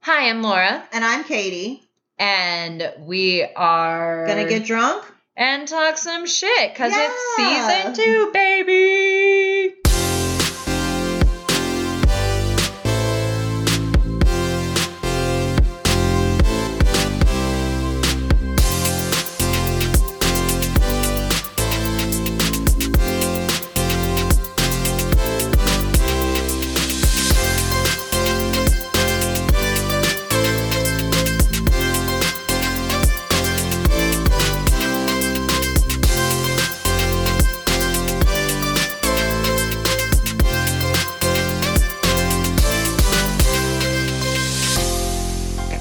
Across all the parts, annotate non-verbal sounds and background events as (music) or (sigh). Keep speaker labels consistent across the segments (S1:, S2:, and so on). S1: Hi, I'm Laura,
S2: And I'm Katie.
S1: and we are
S2: Gonna get drunk?
S1: and talk some shit because it's
S2: Yeah.
S1: season two, baby.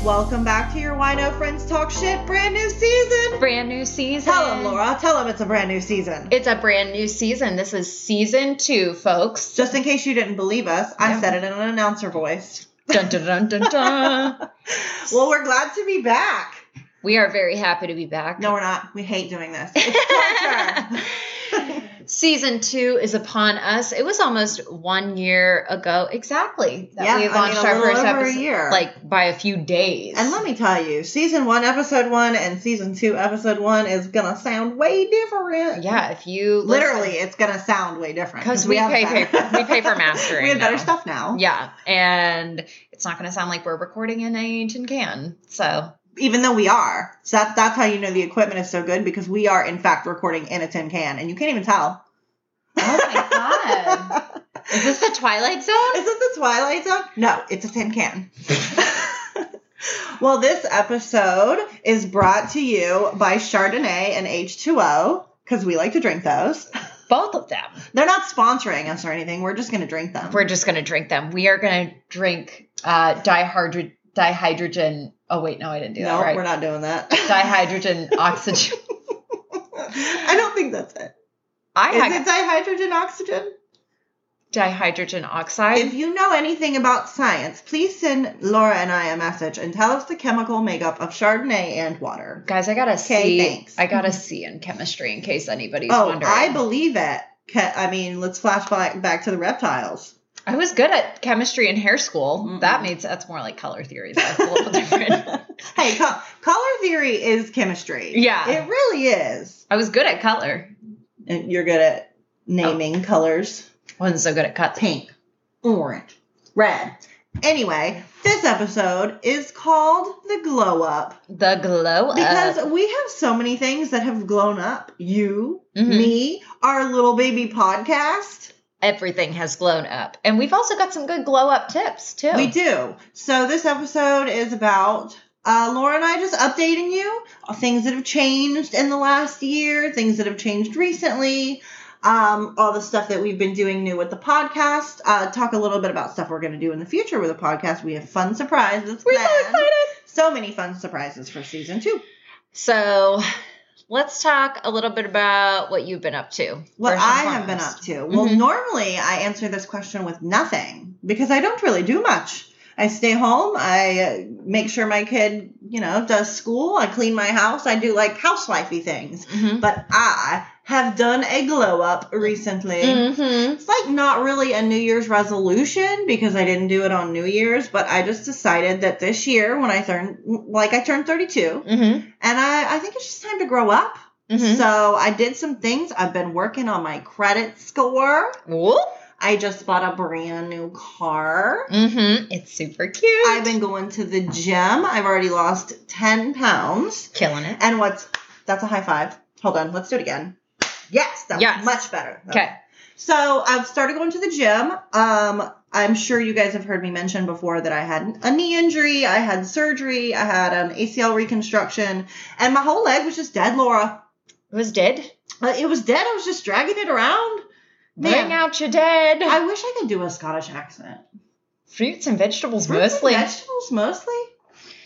S2: Welcome back to your Wino Friends Talk Shit brand new season.
S1: Brand new season.
S2: Tell them, Laura. Tell them it's a brand new season.
S1: It's a brand new season. This is season two, folks.
S2: Just in case you didn't believe us, I
S1: Yeah.
S2: said it in an announcer voice.
S1: (laughs) dun, dun, dun, dun, dun.
S2: (laughs) Well, we're glad to be back.
S1: we are very happy to be back.
S2: No, we're not. We hate doing this.
S1: (laughs)
S2: It's torture. (laughs)
S1: Season two is upon us. It was almost one year ago exactly that
S2: Yeah,
S1: we
S2: I mean,
S1: launched
S2: a
S1: our
S2: little
S1: first
S2: over a
S1: episode,
S2: year.
S1: like by a few days.
S2: and let me tell you, season one, episode one, and season two, episode one is gonna sound way different.
S1: yeah, if you listen-
S2: Literally, it's gonna sound way different
S1: 'Cause we
S2: have
S1: pay-
S2: better-
S1: pay- we pay
S2: (laughs)
S1: for mastering
S2: we have better
S1: now.
S2: stuff now.
S1: yeah, and it's not going to sound like we're recording in a tin can. So
S2: even though we are. So that's that's how you know the equipment is so good because we are in fact recording in a tin can, and you can't even tell.
S1: Oh
S2: (laughs)
S1: my
S2: god!
S1: (laughs) is this the Twilight Zone?
S2: is this the Twilight Zone? No, it's a tin can. (laughs) well, this episode is brought to you by Chardonnay and H2O because we like to drink those.
S1: Both of them.
S2: They're not sponsoring us or anything. We're just gonna drink them.
S1: We're just going to drink them. We are going to drink uh, dihydro- dihydrogen. Oh wait, no, I didn't do
S2: no,
S1: that right.
S2: we're not doing that.
S1: Dihydrogen oxygen.
S2: (laughs) I don't think that's it.
S1: I
S2: Is
S1: had
S2: it dihydrogen oxygen?
S1: dihydrogen oxide.
S2: If you know anything about science, please send Laura and I a message and tell us the chemical makeup of Chardonnay and water.
S1: Guys, I got a C. I
S2: Okay, thanks.
S1: got a C in chemistry in case anybody's
S2: oh,
S1: wondering.
S2: I believe it. Ca- I mean, let's flash back, back to the reptiles.
S1: I was good at chemistry in hair school.
S2: Mm-mm.
S1: That means that's more like color theory. That's a little
S2: (laughs)
S1: different.
S2: hey, co- color theory is chemistry.
S1: Yeah.
S2: It really is.
S1: I was good at color.
S2: And you're good at
S1: Oh.
S2: naming colors
S1: Wasn't so good at cuts.
S2: pink, orange, red. Anyway, this episode is called The Glow Up.
S1: The glow
S2: Because
S1: up.
S2: we have so many things that have glown up. You,
S1: Mhm.
S2: me, our little baby podcast.
S1: Everything has glown up. And we've also got some good glow up tips too.
S2: We do. So this episode is about uh, Laura and I just updating you on things that have changed in the last year, things that have changed recently. Um, all the stuff that we've been doing new with the podcast. Uh, talk a little bit about stuff we're going to do in the future with the podcast. We have fun surprises.
S1: We're so
S2: planned.
S1: excited.
S2: So many fun surprises for season two.
S1: So let's talk a little bit about what you've been up to.
S2: what
S1: first and
S2: I have been
S1: foremost.
S2: up to. Well,
S1: Mhm.
S2: normally I answer this question with nothing because I don't really do much. I stay home. I uh, make sure my kid, you know, does school. I clean my house. I do like housewifey things.
S1: Mhm.
S2: But I have done a glow up recently.
S1: Mhm.
S2: It's like not really a New Year's resolution because I didn't do it on New Year's, but I just decided that this year when I turned, like I turned 32,
S1: Mhm.
S2: and I, I think it's just time to grow up.
S1: Mhm.
S2: So I did some things. I've been working on my credit score.
S1: Mm-hmm. Whoop.
S2: I just bought a brand new car.
S1: Mhm. It's super cute.
S2: I've been going to the gym. I've already lost 10 pounds.
S1: killing it.
S2: And what's that's a high five. Hold on, let's do it again. Yes, that's
S1: Yes.
S2: much better.
S1: Okay.
S2: So I've started going to the gym. Um, I'm sure you guys have heard me mention before that I had a knee injury, I had surgery, I had an ACL reconstruction, and my whole leg was just dead, Laura.
S1: It was dead.
S2: Uh, It was dead. I was just dragging it around. Man.
S1: Bring out your dead.
S2: I wish I could do a Scottish accent.
S1: Fruits and vegetables
S2: Fruits and
S1: mostly.
S2: vegetables, mostly.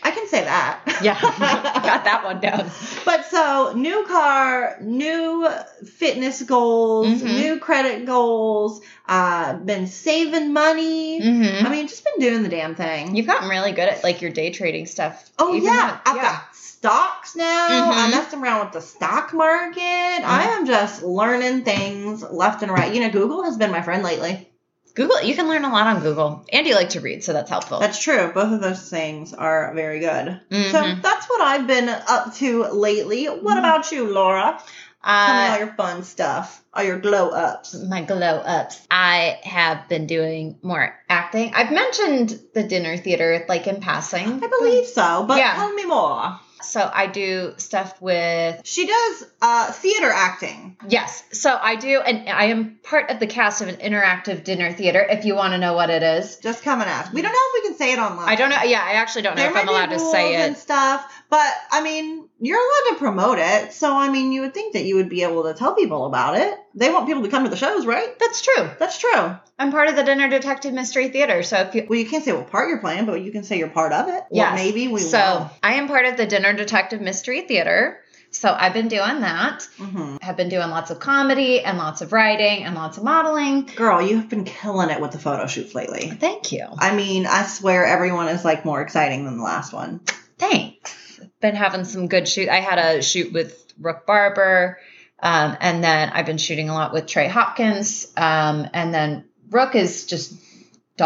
S2: I can say that. (laughs)
S1: yeah, (laughs) got that one down.
S2: But so new car, new fitness goals,
S1: Mhm.
S2: new credit goals. Uh, been saving money.
S1: hmm
S2: I mean, just been doing the damn thing.
S1: You've gotten really good at like your day trading stuff.
S2: oh
S1: Even
S2: yeah,
S1: though-
S2: I've got stocks now. I
S1: Mhm.
S2: messed around with the stock market.
S1: Mm-hmm.
S2: I am just learning things left and right. You know, Google has been my friend lately.
S1: Google, you can learn a lot on Google. And you like to read, so that's helpful.
S2: That's true. Both of those things are very good.
S1: Mhm.
S2: So that's what I've been up to lately. What
S1: Mhm.
S2: about you, Laura? Tell me all
S1: Uh,
S2: your fun stuff, all your glow ups.
S1: my glow ups. I have been doing more acting. I've mentioned the dinner theater, like in passing.
S2: I believe so, but
S1: Yeah.
S2: tell me more.
S1: So I do stuff with
S2: She does uh, theater acting.
S1: Yes. So I do, and I am part of the cast of an interactive dinner theater if you want to know what it is.
S2: Just come and ask. We don't know if we can say it online.
S1: I don't know. Yeah, I actually don't know
S2: There
S1: if
S2: might
S1: I'm
S2: be
S1: allowed to
S2: rules
S1: say
S2: and
S1: it.
S2: stuff, but I mean, you're allowed to promote it, so I mean, you would think that you would be able to tell people about it. They want people to come to the shows, right?
S1: That's true.
S2: That's true.
S1: I'm part of the Dinner Detective Mystery Theater. So if you.
S2: Well, you can't say what part you're playing, but you can say you're part of it.
S1: Yes.
S2: Yeah, maybe we
S1: so I am part of the Dinner Detective Mystery Theater. So I've been doing that.
S2: will. Mhm.
S1: Have been doing lots of comedy and lots of writing and lots of modeling.
S2: Girl, you have been killing it with the photo shoots lately.
S1: Thank you.
S2: I mean, I swear everyone is like more exciting than the last one.
S1: Thanks. Been having some good shoot. I had a shoot with Brooke Barber, um, and then I've been shooting a lot with Trey Hopkins, um, and then Rook is just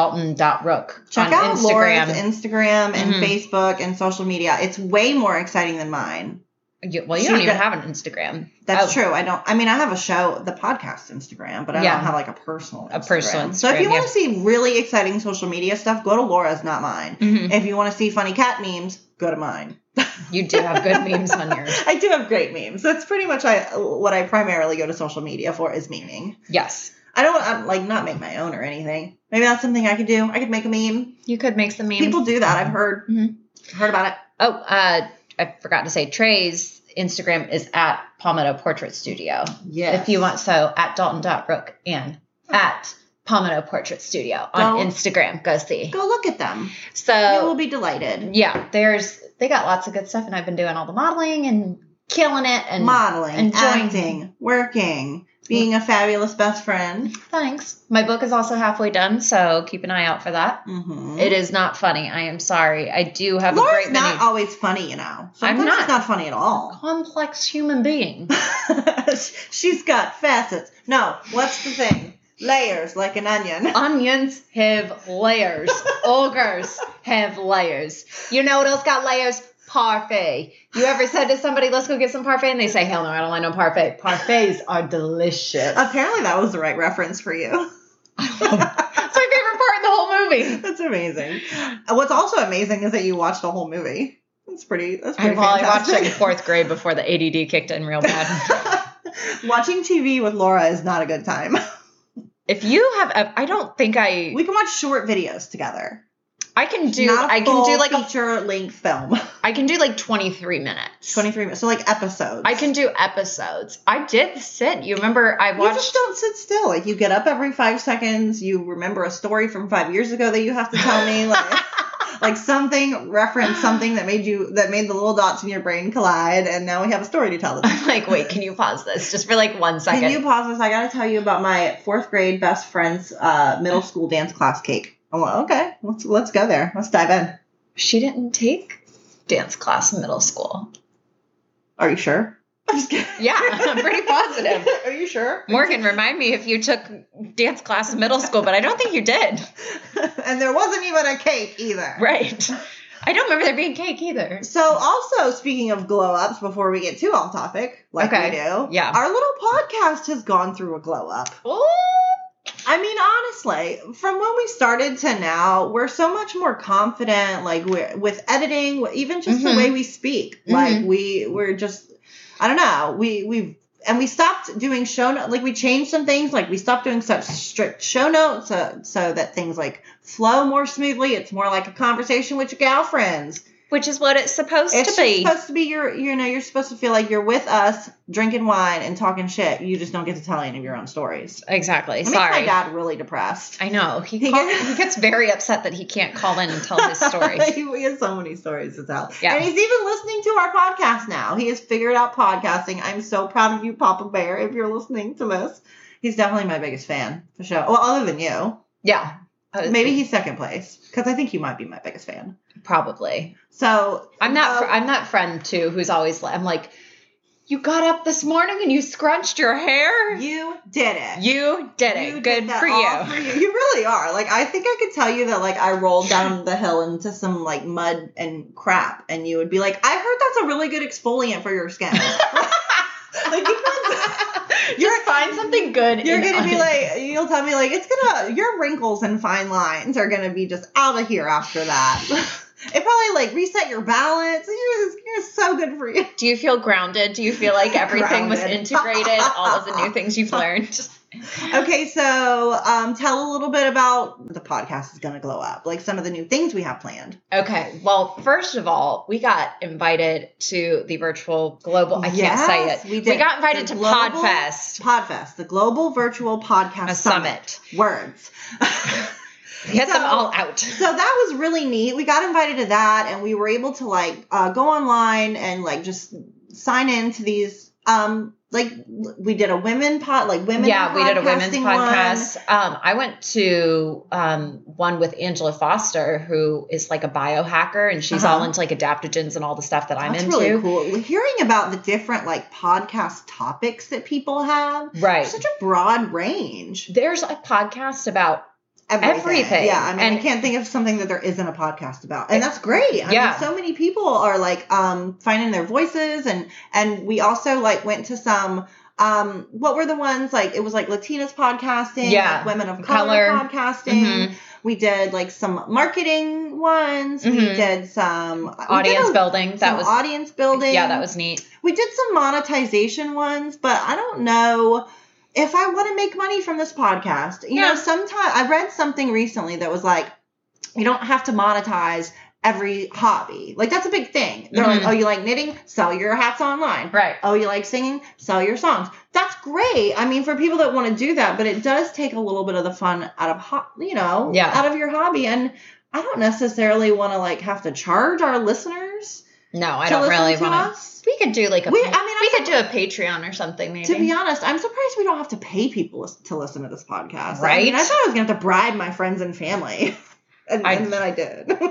S1: Dalton.Rook
S2: Check
S1: on
S2: out
S1: Instagram.
S2: Laura's Instagram and
S1: Mhm.
S2: Facebook and social media. It's way more exciting than mine.
S1: You- well, you
S2: She
S1: don't even
S2: does-
S1: have an Instagram.
S2: That's
S1: Oh,
S2: true. I don't. I mean, I have a show, the podcast Instagram, but I
S1: Yeah.
S2: don't have like a personal.
S1: A personal
S2: So if
S1: Instagram,
S2: you want
S1: yeah.
S2: to see really exciting social media stuff, go to Laura's, not mine.
S1: mhm.
S2: If you want to see funny cat memes, go to mine.
S1: You do have good memes on yours.
S2: I do have great memes. That's pretty much I, what I primarily go to social media for is memeing.
S1: Yes.
S2: I don't I'm, like not make my own or anything. Maybe that's something I could do. I could make a meme.
S1: You could make some memes.
S2: People do that. I've heard
S1: Mhm.
S2: heard about it.
S1: oh, uh, I forgot to say Trey's Instagram is at Palmetto Portrait Studio.
S2: Yeah.
S1: if you want. So at Dalton.Rook and at Pomino Portrait Studio on
S2: Don't-
S1: Instagram. Go see.
S2: go look at them. you will
S1: So
S2: be delighted.
S1: yeah, there's they got lots of good stuff, and I've been doing all the modeling and killing it. And
S2: Modeling,
S1: enjoying-
S2: acting, working, being a fabulous best friend.
S1: thanks. My book is also halfway done, so keep an eye out for that.
S2: Mm-hmm.
S1: It is not funny. I am sorry. I do have a
S2: Laura's
S1: great
S2: not
S1: many
S2: always funny, you know.
S1: I'm
S2: Sometimes
S1: not.
S2: it's not funny at all. (laughs)
S1: complex human being.
S2: She's got facets. No, what's the thing? Layers like an onion. (laughs)
S1: Onions have layers. Ogres have layers. You know what else got layers? Parfait. You ever said to somebody, let's go get some parfait? And they say, hell no, I don't like no parfait. Parfaits are delicious.
S2: Apparently, that was the right reference for you.
S1: It's my favorite part in the whole (laughs) movie.
S2: That's amazing. Uh, (laughs) What's also amazing is that you watched the whole movie. That's pretty. That's
S1: I,
S2: pretty
S1: well, I watched it in
S2: fantastic.
S1: fourth grade before the ADD kicked in real bad.
S2: (laughs) Watching TV with Laura is not a good time. (laughs)
S1: If you have, ev- I don't think I,
S2: We can watch short videos together.
S1: I can do,
S2: Not a
S1: I can do
S2: full
S1: like a,
S2: feature length film, (laughs)
S1: I can do like 23 minutes.
S2: twenty three minutes. So like episodes.
S1: I can do episodes. I did sit. You remember I
S2: You
S1: watched
S2: just don't sit still. Like you get up every five seconds. You remember a story from five years ago that you have to tell me. Like.
S1: (laughs)
S2: Like something reference something that made you that made the little dots in your brain collide, and now we have a story to tell them.
S1: (laughs) I'm like, wait, can you pause this just for like one second?
S2: Can you pause this? I gotta tell you about my fourth grade best friend's uh, middle school dance class cake. I went, okay, let's let's go there. Let's dive in.
S1: she didn't take dance class in middle school.
S2: Are you sure? (laughs) I'm just kidding.
S1: (laughs) Yeah, I'm pretty positive.
S2: (laughs) Are you sure?
S1: Morgan, remind me if you took dance class in middle school, but I don't think you did.
S2: and there wasn't even a cake either.
S1: Right. I don't remember there being cake either.
S2: So also speaking of glow ups, before we get too off topic, like
S1: Okay.
S2: we do,
S1: Yeah.
S2: our little podcast has gone through a glow up.
S1: Oh,
S2: I mean, honestly, from when we started to now, we're so much more confident. Like we're with editing, even just
S1: Mhm.
S2: the way we speak.
S1: Mm-hmm.
S2: Like we we're just, I don't know. We we and we stopped doing show notes. Like we changed some things. Like we stopped doing such strict show notes, so, so that things like flow more smoothly. It's more like a conversation with your gal friends.
S1: which is what it's supposed
S2: It's
S1: to be.
S2: supposed to be your you know you're supposed to feel like you're with us drinking wine and talking shit. You just don't get to tell any of your own stories.
S1: exactly.
S2: It
S1: Sorry.
S2: makes my dad really depressed.
S1: I know. He,
S2: He
S1: call-
S2: gets-
S1: he gets very upset that he can't call in and tell his story.
S2: (laughs) he he has so many stories to tell.
S1: Yeah.
S2: And he's even listening to our podcast now. He has figured out podcasting. I'm so proud of you, Papa Bear, if you're listening to this. He's definitely my biggest fan, for sure. Well, other than you.
S1: (laughs) yeah. I was-
S2: Maybe he's second place, because I think you might be my biggest fan.
S1: probably.
S2: So
S1: I'm that
S2: uh,
S1: fr- I'm that friend too who's always li- I'm like You got up this morning and you scrunched your hair.
S2: You did it.
S1: You did it.
S2: You
S1: Good
S2: did that
S1: for
S2: all
S1: you. (laughs)
S2: for you. You really are. Like I think I could tell you that like I rolled down the hill into some like mud and crap, and you would be like, I heard that's a really good exfoliant for your
S1: (laughs)
S2: skin. like you
S1: Just find something good.
S2: You're
S1: in
S2: gonna be
S1: it.
S2: like, you'll tell me like it's gonna your wrinkles and fine lines are gonna be just out of here after that. (laughs) it probably like reset your balance. You're, you're so good for you. (laughs)
S1: Do you feel grounded? Do you feel like everything was
S2: Grounded.
S1: integrated? All of the new things
S2: (laughs)
S1: you've learned.
S2: Okay, so um, tell a little bit about the podcast is gonna glow up, like some of the new things we have planned.
S1: Okay. Well, first of all, we got invited to the virtual global. I
S2: Yes,
S1: can't say it.
S2: we did.
S1: got invited to
S2: The global-
S1: Podfest,
S2: Podfest, the global virtual podcast
S1: a
S2: summit.
S1: summit.
S2: Words.
S1: Get them
S2: So-
S1: all out.
S2: So that was really neat. We got invited to that, and we were able to like uh, go online and like just sign in to these. Um, like we did a women pod, like women.
S1: yeah,
S2: in
S1: we did a women's
S2: podcasting one.
S1: podcast. Um, I went to um, one with Angela Foster, who is like a biohacker, and she's
S2: Uh-huh.
S1: all into like adaptogens and all the stuff that I'm
S2: That's
S1: into.
S2: really cool. Hearing about the different like podcast topics that people have,
S1: Right.
S2: such a broad range.
S1: There's a podcast about
S2: Everything.
S1: Everything.
S2: Yeah, I mean,
S1: And-
S2: I can't think of something that there isn't a podcast about, and that's great. I
S1: Yeah.
S2: mean, so many people are like um, finding their voices, and and we also like went to some. Um, what were the ones like? It was like Latinas podcasting,
S1: Yeah.
S2: like women of
S1: Color.
S2: color, podcasting.
S1: Mhm.
S2: We did like some marketing ones. We
S1: Mhm.
S2: did some we did
S1: audience
S2: a-
S1: building. That
S2: some
S1: was
S2: audience building.
S1: yeah, that was neat.
S2: We did some monetization ones, but I don't know if I want to make money from this podcast. You
S1: Yeah.
S2: know, sometimes I read something recently that was like, you don't have to monetize every hobby. Like, that's a big thing. They're
S1: Mhm.
S2: like, oh, you like knitting? Sell your hats online.
S1: Right.
S2: Oh, you like singing? Sell your songs. That's great. I mean, for people that want to do that, but it does take a little bit of the fun out of ho- you know,
S1: Yeah.
S2: out of your hobby. And I don't necessarily want to like have to charge our listeners
S1: No, I
S2: to
S1: don't
S2: listen
S1: really
S2: to
S1: want to.
S2: us.
S1: We could do like a.
S2: We-
S1: We,
S2: I mean, I
S1: could do a Patreon or something maybe.
S2: To be honest, I'm surprised we don't have to pay people lis- to listen to this podcast. I, mean, I
S1: Right?
S2: thought I was going to have to bribe my friends and family. (laughs) And,
S1: I-
S2: and then I did. (laughs)
S1: right.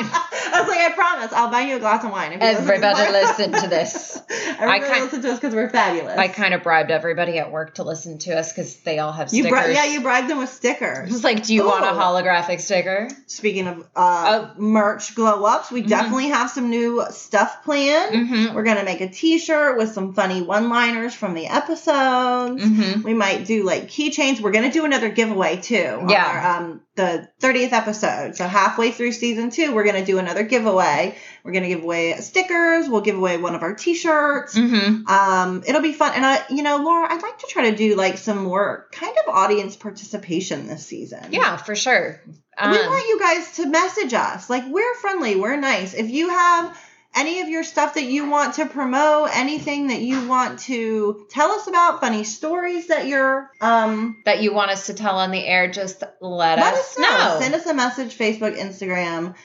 S2: I was like, I promise, I'll buy you a glass of wine. If you listen to this
S1: Everybody
S2: (laughs) podcast."
S1: listen to this. I
S2: (laughs) Everybody
S1: kind-
S2: listen to us because we're fabulous.
S1: I kind of bribed everybody at work to listen to us because they all have stickers. Mm-hmm.
S2: you bri- yeah, you bribed them with
S1: I
S2: stickers.
S1: was like, do you want a
S2: Ooh.
S1: holographic sticker?
S2: Speaking of
S1: Oh.
S2: uh, merch glow ups, we
S1: Mhm.
S2: definitely have some new stuff planned.
S1: Mm-hmm.
S2: We're going to make a t shirt with some funny one liners from the episodes.
S1: Mm-hmm.
S2: We might do like keychains. We're gonna do another giveaway too. on
S1: Yeah.
S2: our, um, the thirtieth episode. So halfway through season two, we're gonna do another giveaway. We're gonna give away stickers. We'll give away one of our T-shirts.
S1: Mm-hmm.
S2: Um, it'll be fun. And I, you know, Laura, I'd like to try to do like some more kind of audience participation this season.
S1: Yeah, for sure. Um,
S2: we want you guys to message us. Like we're friendly. We're nice. If you have. Any of your stuff that you want to promote, anything that you want to tell us about, funny stories that you're um,
S1: that you want us to tell on the air, just let,
S2: Let
S1: us
S2: us
S1: know.
S2: Send us a message, Facebook, Instagram,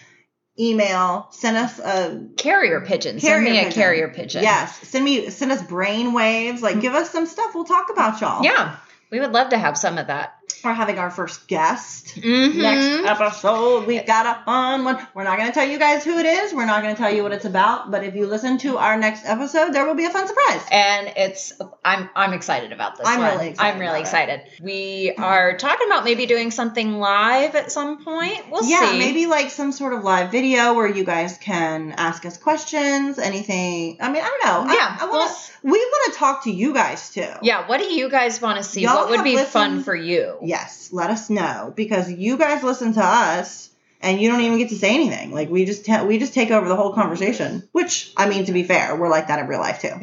S2: email. Send us a
S1: carrier pigeon. send
S2: Carrier
S1: me a
S2: pigeon.
S1: carrier pigeon.
S2: yes. Send me send us brain waves. Like give us some stuff. We'll talk about y'all.
S1: Yeah. We would love to have some of that.
S2: We're having our first guest.
S1: Mm-hmm.
S2: Next episode, we've got a fun one. We're not going to tell you guys who it is. We're not going to tell you what it's about. But if you listen to our next episode, there will be a fun surprise.
S1: and it's I'm I'm excited about this
S2: I'm
S1: one.
S2: really excited
S1: I'm really
S2: about it.
S1: excited. We are talking about maybe doing something live at some point. We'll
S2: yeah,
S1: see.
S2: maybe like some sort of live video where you guys can ask us questions, anything. I mean, I don't know. I-
S1: Yeah,
S2: I,
S1: we'll
S2: want
S1: s-
S2: we want to talk to you guys too.
S1: Yeah, what do you guys want to see?
S2: Y'all
S1: what would
S2: have
S1: be fun
S2: listened-
S1: for you?
S2: (laughs) Yes, let us know because you guys listen to us and you don't even get to say anything. Like we just ta- we just take over the whole conversation. Which I mean, to be fair, we're like that in
S1: (laughs)
S2: real life too.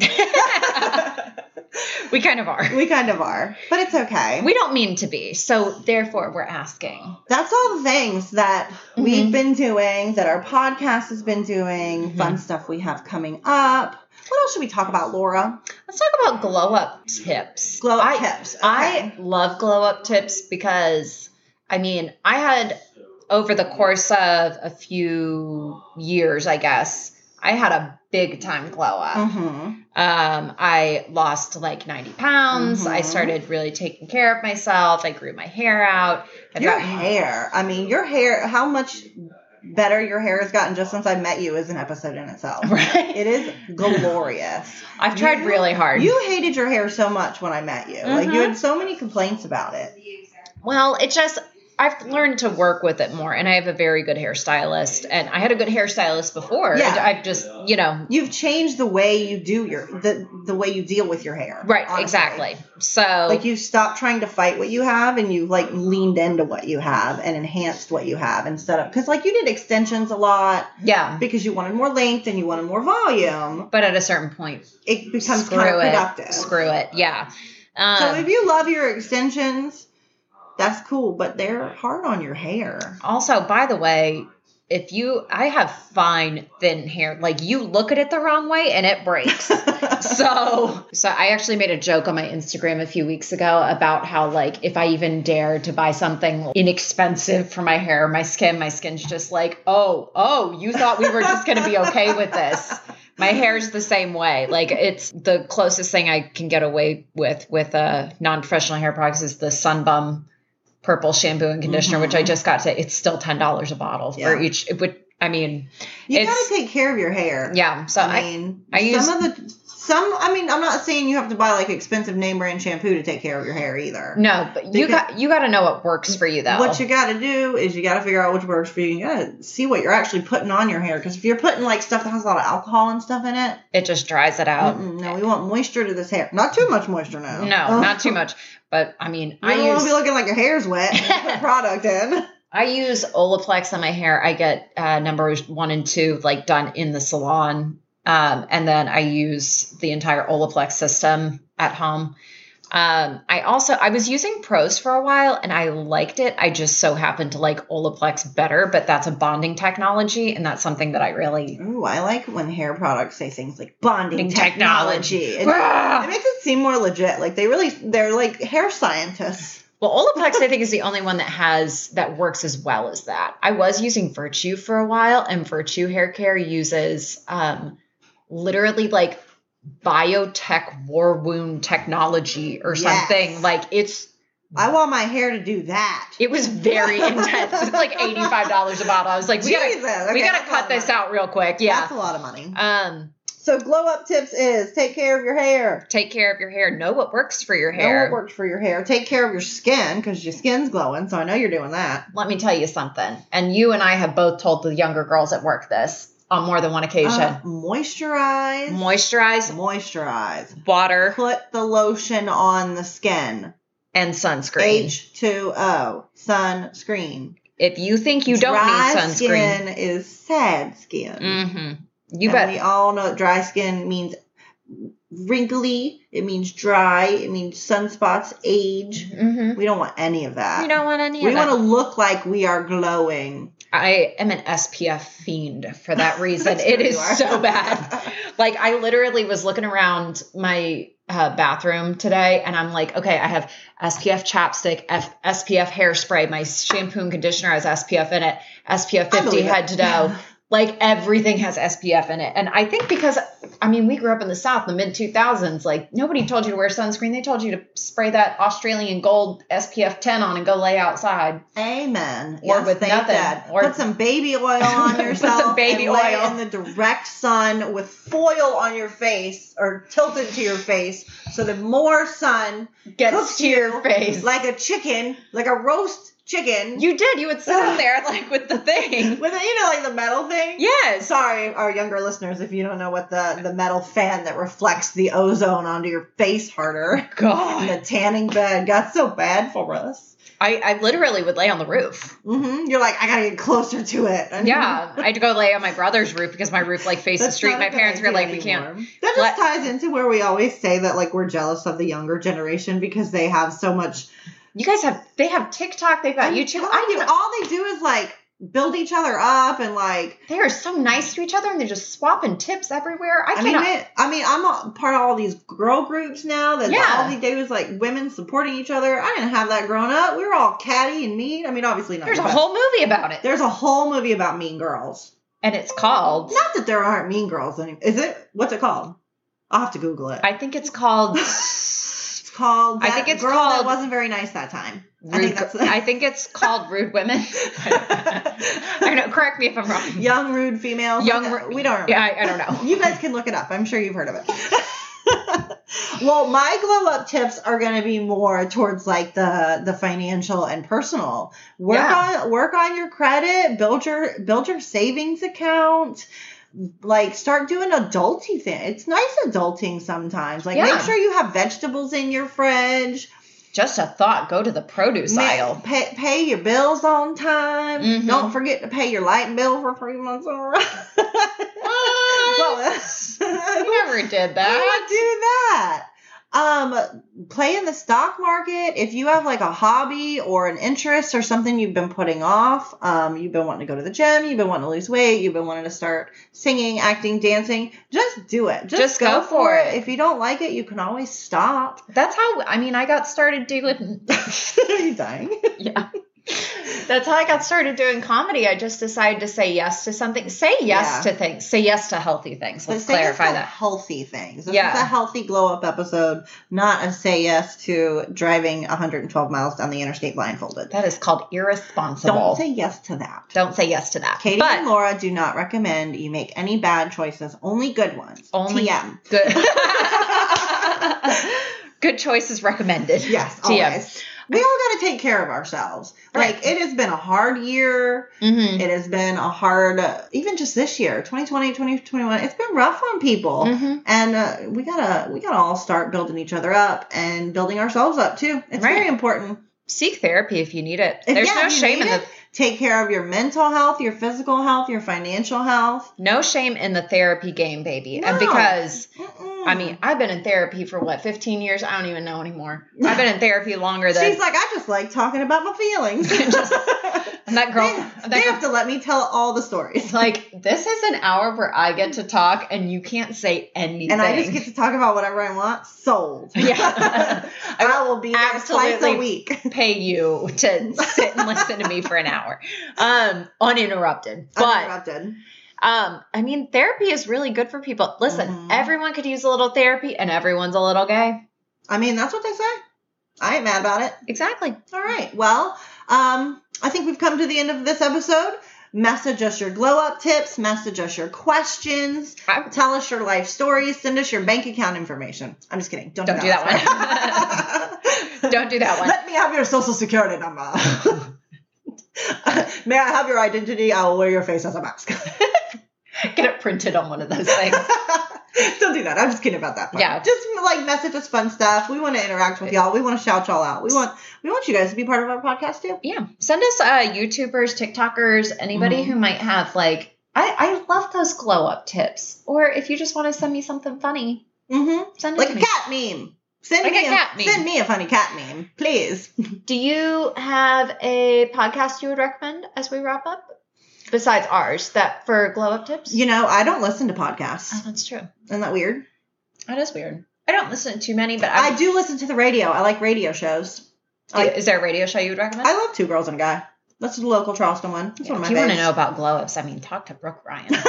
S1: (laughs) we kind of are.
S2: we kind of are, but it's okay.
S1: We don't mean to be, so therefore we're asking.
S2: That's all the things that we've
S1: Mhm.
S2: been doing, that our podcast has been doing,
S1: Mhm.
S2: fun stuff we have coming up. What else should we talk about, Laura?
S1: Let's talk about glow up tips.
S2: Glow up
S1: I,
S2: tips. Okay.
S1: I love glow up tips because I mean, I had over the course of a few years, I guess, I had a big time glow up.
S2: Mhm.
S1: Um, I lost like 90 pounds. I
S2: Mhm.
S1: started really taking care of myself. I grew my hair out. I've
S2: your
S1: gotten-
S2: hair. I mean, your hair. How much better your hair has gotten just since I met you is an episode in itself.
S1: (laughs) Right.
S2: It is glorious.
S1: I've tried
S2: You-
S1: really (laughs) hard. Mm-hmm.
S2: You hated your hair so much when I met you. Like you had so many complaints about it.
S1: Well, it just I've learned to work with it more, and I have a very good hairstylist, and I had a good hairstylist before.
S2: Yeah.
S1: I, have just you know
S2: You've changed the way you do your the the way you deal with your hair.
S1: right
S2: honestly.
S1: exactly. So
S2: Like you stopped trying to fight what you have and you like leaned into what you have and enhanced what you have instead of because like you did extensions a lot
S1: yeah,
S2: because you wanted more length and you wanted more volume.
S1: but at a certain point,
S2: It becomes
S1: screw
S2: counterproductive.
S1: it, screw it, yeah. Um,
S2: So if you love your extensions, that's cool, but they're hard on your hair.
S1: Also, by the way, if you, I have fine thin hair. Like you look at it the wrong way and it breaks. so, so I actually made a joke on my Instagram a few weeks ago about how like if I even dare to buy something inexpensive for my hair, my skin, my skin's just like, oh, oh, you thought we were just gonna be okay with this. My hair's the same way. Like it's the closest thing I can get away with with uh, non-professional hair products is the Sunbum purple shampoo and conditioner, which I just got to. It's still ten dollars a bottle for
S2: Yeah.
S1: each. It would, I mean,
S2: You
S1: It's-
S2: gotta take care of your hair.
S1: yeah. So
S2: I
S1: I,
S2: mean,
S1: I use-
S2: some of the some. I mean, I'm not saying you have to buy like expensive name brand shampoo to take care of your hair either.
S1: no, but you
S2: Because-
S1: got you got to know what works for you though.
S2: What you got to do is you got to figure out which works for you. You got to see what you're actually putting on your hair because if you're putting like stuff that has a lot of alcohol and stuff in it,
S1: it just dries it out.
S2: mm-mm, no, we want moisture to this hair. Not too much moisture now.
S1: Oh, No, not too much. But I mean,
S2: You don't
S1: I
S2: want to be
S1: use
S2: looking like your
S1: (laughs)
S2: hair's wet. and you Put product in.
S1: I use Olaplex on my hair. I get uh, numbers one and two like done in the salon, um, and then I use the entire Olaplex system at home. Um, I also I was using Pros for a while and I liked it. I just so happened to like Olaplex better, but that's a bonding technology and that's something that I really
S2: Ooh, I like when hair products say things like bonding
S1: Bonding technology.
S2: technology. It- It
S1: Ah!
S2: makes it seem more legit. Like they really, they're like hair scientists.
S1: Well, Olaplex I think is the only one that has that works as well as that. I was using Virtue for a while and Virtue hair care uses um literally like biotech war wound technology or
S2: Yes.
S1: something. Like it's
S2: I want my hair to do that.
S1: it was
S2: (laughs)
S1: very intense. It's like $85 a bottle. I was like, we gotta
S2: Jesus, okay,
S1: we gotta
S2: that's a lot
S1: cut
S2: of
S1: this
S2: money.
S1: out real quick. Yeah.
S2: That's a lot of money.
S1: Um,
S2: So glow up tips is take care of your hair.
S1: take care of your hair. Know what works for your
S2: Know
S1: hair.
S2: what works for your hair. Take care of your skin because your skin's glowing. So I know you're doing that.
S1: Let me tell you something. And you and I have both told the younger girls at work this on more than one occasion.
S2: Uh, moisturize.
S1: Moisturize,
S2: moisturize.
S1: water,
S2: Put the lotion on the skin.
S1: and sunscreen.
S2: H2O sunscreen.
S1: If you think you don't
S2: dry
S1: need sunscreen,
S2: skin is sad skin.
S1: mhm. you
S2: and
S1: bet.
S2: We all know dry skin means wrinkly. It means dry. It means sunspots, age.
S1: hmm
S2: We don't want any of that.
S1: You don't want any
S2: we
S1: of
S2: want to
S1: it.
S2: look like we are glowing.
S1: I am an SPF fiend for
S2: (laughs)
S1: that reason.
S2: That's
S1: it
S2: who
S1: is
S2: you are.
S1: so
S2: (laughs)
S1: bad. like I literally was looking around my uh, bathroom today, and I'm like, okay, I have SPF chapstick, F- SPF hairspray, my shampoo and conditioner has SPF in it, SPF
S2: I
S1: 50
S2: believe it.
S1: head to
S2: (laughs)
S1: toe. Like everything has SPF in it. And I think because, I mean, we grew up in the South, in the mid 2000s, like nobody told you to wear sunscreen. They told you to spray that Australian gold SPF 10 on and go lay outside.
S2: Amen.
S1: Or with
S2: thank
S1: nothing.
S2: God.
S1: Or-
S2: Put some baby oil
S1: (laughs)
S2: on
S1: Put
S2: yourself.
S1: some baby
S2: and lay
S1: oil.
S2: in the direct sun with foil on your face or tilted to your face, so that more sun
S1: Gets
S2: Cooks
S1: to your face.
S2: like a chicken, like a roast chicken.
S1: you did. You would sit in there like with the
S2: (laughs)
S1: thing.
S2: with a, you know like the metal thing.
S1: Yes.
S2: Sorry, our younger listeners, if you don't know what the the metal fan that reflects the ozone onto your
S1: (laughs)
S2: face harder. And
S1: God.
S2: the tanning bed got so bad for us.
S1: I, I literally would lay on the roof.
S2: hmm You're like, I gotta get closer to it. I
S1: Mm-hmm. (laughs)
S2: mean,
S1: Yeah, I had to go lay on my brother's roof because my roof like faced the
S2: that's
S1: street.
S2: not
S1: My
S2: a good
S1: parents were
S2: idea
S1: like, "We can't."
S2: anymore. That just
S1: let-
S2: ties into where we always say that like we're jealous of the younger generation because they have so much.
S1: You guys have they have TikTok, they've got
S2: I'm
S1: YouTube.
S2: telling
S1: I
S2: you,
S1: don't-
S2: all they do is like build each other up and like.
S1: They are so nice to each other, and they're just swapping tips everywhere. I,
S2: I mean,
S1: cannot.
S2: it, I mean, I'm a, part of all these girl groups now that
S1: Yeah.
S2: all they do is like women supporting each other. I didn't have that growing up. We were all catty and mean. I mean, obviously not.
S1: there's a
S2: but
S1: whole movie about it,
S2: there's a whole movie about mean girls.
S1: and it's called.
S2: Not that there aren't mean girls anymore. Is it? What's it called? I'll have to Google it. (laughs)
S1: I think it's called.
S2: it's called
S1: I
S2: That
S1: think it's
S2: Girl That
S1: called-
S2: Wasn't Very Nice That Time.
S1: Rude,
S2: I think that's
S1: gir- I think it's called Rude Women. (laughs) I don't know. Correct me if I'm wrong.
S2: (laughs) Young Rude Females.
S1: Young
S2: Like,
S1: Rude-
S2: We don't remember.
S1: Yeah, I, I don't know.
S2: You guys can look it up. I'm sure you've heard of it. (laughs) well, my glow up tips are going to be more towards like the the financial and personal. Work
S1: Yeah.
S2: on work on your credit, build your build your savings account. Like start doing adulty thing. It's nice adulting sometimes. Like
S1: Yeah.
S2: make sure you have vegetables in your fridge.
S1: Just a thought. Go to the produce
S2: Ma-
S1: aisle.
S2: Pay, pay your bills on time.
S1: Mhm.
S2: Don't forget to pay your light bill for three months in a row. (laughs) (laughs) well, (laughs)
S1: I never did
S2: I
S1: that.
S2: would do that. Um, play in the stock market. If you have like a hobby or an interest or something you've been putting off, um, you've been wanting to go to the gym, you've been wanting to lose weight, you've been wanting to start singing, acting, dancing, just do it. Just,
S1: Just go
S2: go, for
S1: for
S2: it.
S1: it.
S2: If you don't like it, you can always stop. (laughs)
S1: That's how. I mean, I got started doing. (laughs)
S2: Are you dying?
S1: yeah. That's how I got started doing comedy. I just decided to say yes to something. Say yes
S2: Yeah.
S1: to things. Say yes to healthy things. Let's
S2: say yes
S1: clarify
S2: to
S1: that.
S2: Healthy things. This
S1: Yeah.
S2: is a healthy glow up episode, not a say yes to driving 112 miles down the interstate blindfolded.
S1: That is called irresponsible.
S2: Don't say yes to that.
S1: Don't say yes to that.
S2: Katie
S1: but
S2: and Laura do not recommend you make any bad choices, only good ones.
S1: Only-
S2: TM. (laughs)
S1: good. good choices recommended. (laughs)
S2: Yes,
S1: TM.
S2: always. We all got to take care of ourselves. Like
S1: Right.
S2: it has been a hard year.
S1: Mm-hmm.
S2: It has been a hard even just this year, 2020, 2021. It's been rough on people.
S1: Mm-hmm.
S2: And uh, we got to we got to all start building each other up and building ourselves up too. It's
S1: Right.
S2: very important.
S1: Seek therapy if you need it.
S2: If-
S1: There's
S2: yeah,
S1: no
S2: if you
S1: shame in
S2: need
S1: the
S2: it, take care of your mental health, your physical health, your financial health.
S1: no shame in the therapy game, baby.
S2: No. Hmm.
S1: And because
S2: Mm-mm.
S1: I mean, I've been in therapy for what, 15 years? I don't even know
S2: (laughs)
S1: anymore. I've been in therapy longer than
S2: She's like, I just like talking about my feelings.
S1: (laughs) Just- I'm that girl.
S2: they,
S1: I'm
S2: they
S1: that
S2: have
S1: girl.
S2: to let me tell all the stories.
S1: Like, this is an hour where I get to talk and you can't say anything.
S2: And I just get to talk about whatever I want. Sold.
S1: Yeah.
S2: (laughs) I will be there twice a
S1: absolutely-
S2: week.
S1: (laughs) pay you to sit and listen to me for an hour. Um, uninterrupted. But
S2: Uninterrupted.
S1: um, I mean, therapy is really good for people. Listen,
S2: Mhm.
S1: everyone could use a little therapy and everyone's a little gay.
S2: I mean, that's what they say. I ain't mad about it.
S1: Exactly. (laughs)
S2: All right. Well, um, I think we've come to the end of this episode. Message us your glow up tips, message us your questions,
S1: I-
S2: tell us your life stories, send us your bank account information. I'm just kidding. Don't,
S1: Don't do that
S2: (laughs) one.
S1: don't do that one.
S2: Let me have your social security number. (laughs) May I have your identity? I will wear your face as a mask. (laughs)
S1: Get it printed on one of those things.
S2: Don't do that. I'm just kidding about that. Part.
S1: Yeah.
S2: Just like message us fun stuff. We want to interact with y'all. We want to shout y'all out. We want we want you guys to be part of our podcast too.
S1: yeah send us uh youtubers tiktokers anybody
S2: Mhm.
S1: who might have like I, I love those glow up tips or if you just want to send me something funny
S2: Mm-hmm.
S1: send it
S2: Like
S1: to
S2: a
S1: me
S2: cat meme. Send
S1: Like
S2: me
S1: a cat meme.
S2: Send me a funny cat meme, please.
S1: do you have a podcast you would recommend as we wrap up besides ours that for glow up tips
S2: You know, I don't listen to podcasts.
S1: oh, that's true
S2: Isn't that weird?
S1: that is weird i don't listen to too many but
S2: I
S1: i,
S2: do listen to the radio. I like radio shows. I-
S1: is there a radio show you would recommend
S2: I love Two Girls and a Guy. That's the local Charleston one. That's
S1: Yeah,
S2: one of
S1: if
S2: my
S1: you want to
S2: faves.
S1: know about glow ups i mean talk to brooke (laughs) ryan
S2: (laughs)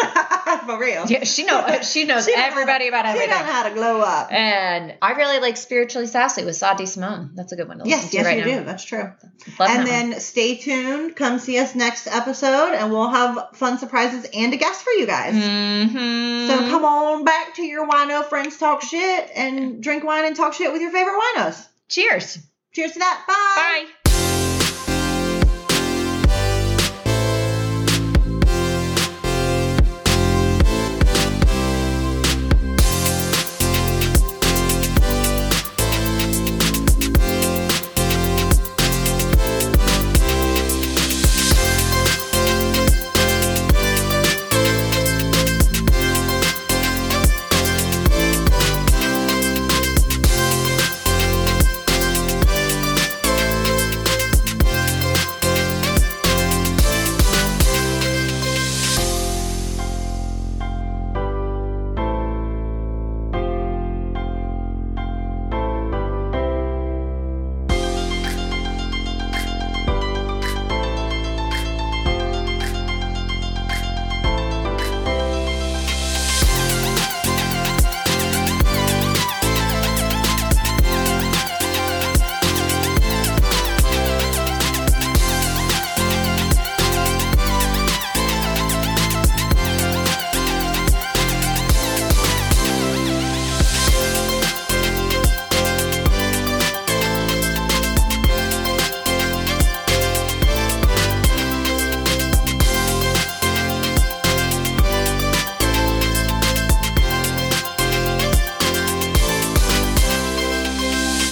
S2: For real.
S1: yeah she know she knows
S2: She don't know-
S1: everybody about
S2: She
S1: everything
S2: don't know how to glow up.
S1: And I really like Spiritually Sassy with Sadi Simone. That's a good one to listen
S2: Yes,
S1: to
S2: yes,
S1: right
S2: you
S1: now.
S2: do. That's true.
S1: Love
S2: and
S1: that one.
S2: then stay tuned. Come see us next episode, and we'll have fun surprises and a guest for you guys.
S1: Mhm.
S2: So come on back to your wino friends, talk shit, and drink wine and talk shit with your favorite winos.
S1: Cheers.
S2: Cheers to that. Bye.
S1: Bye.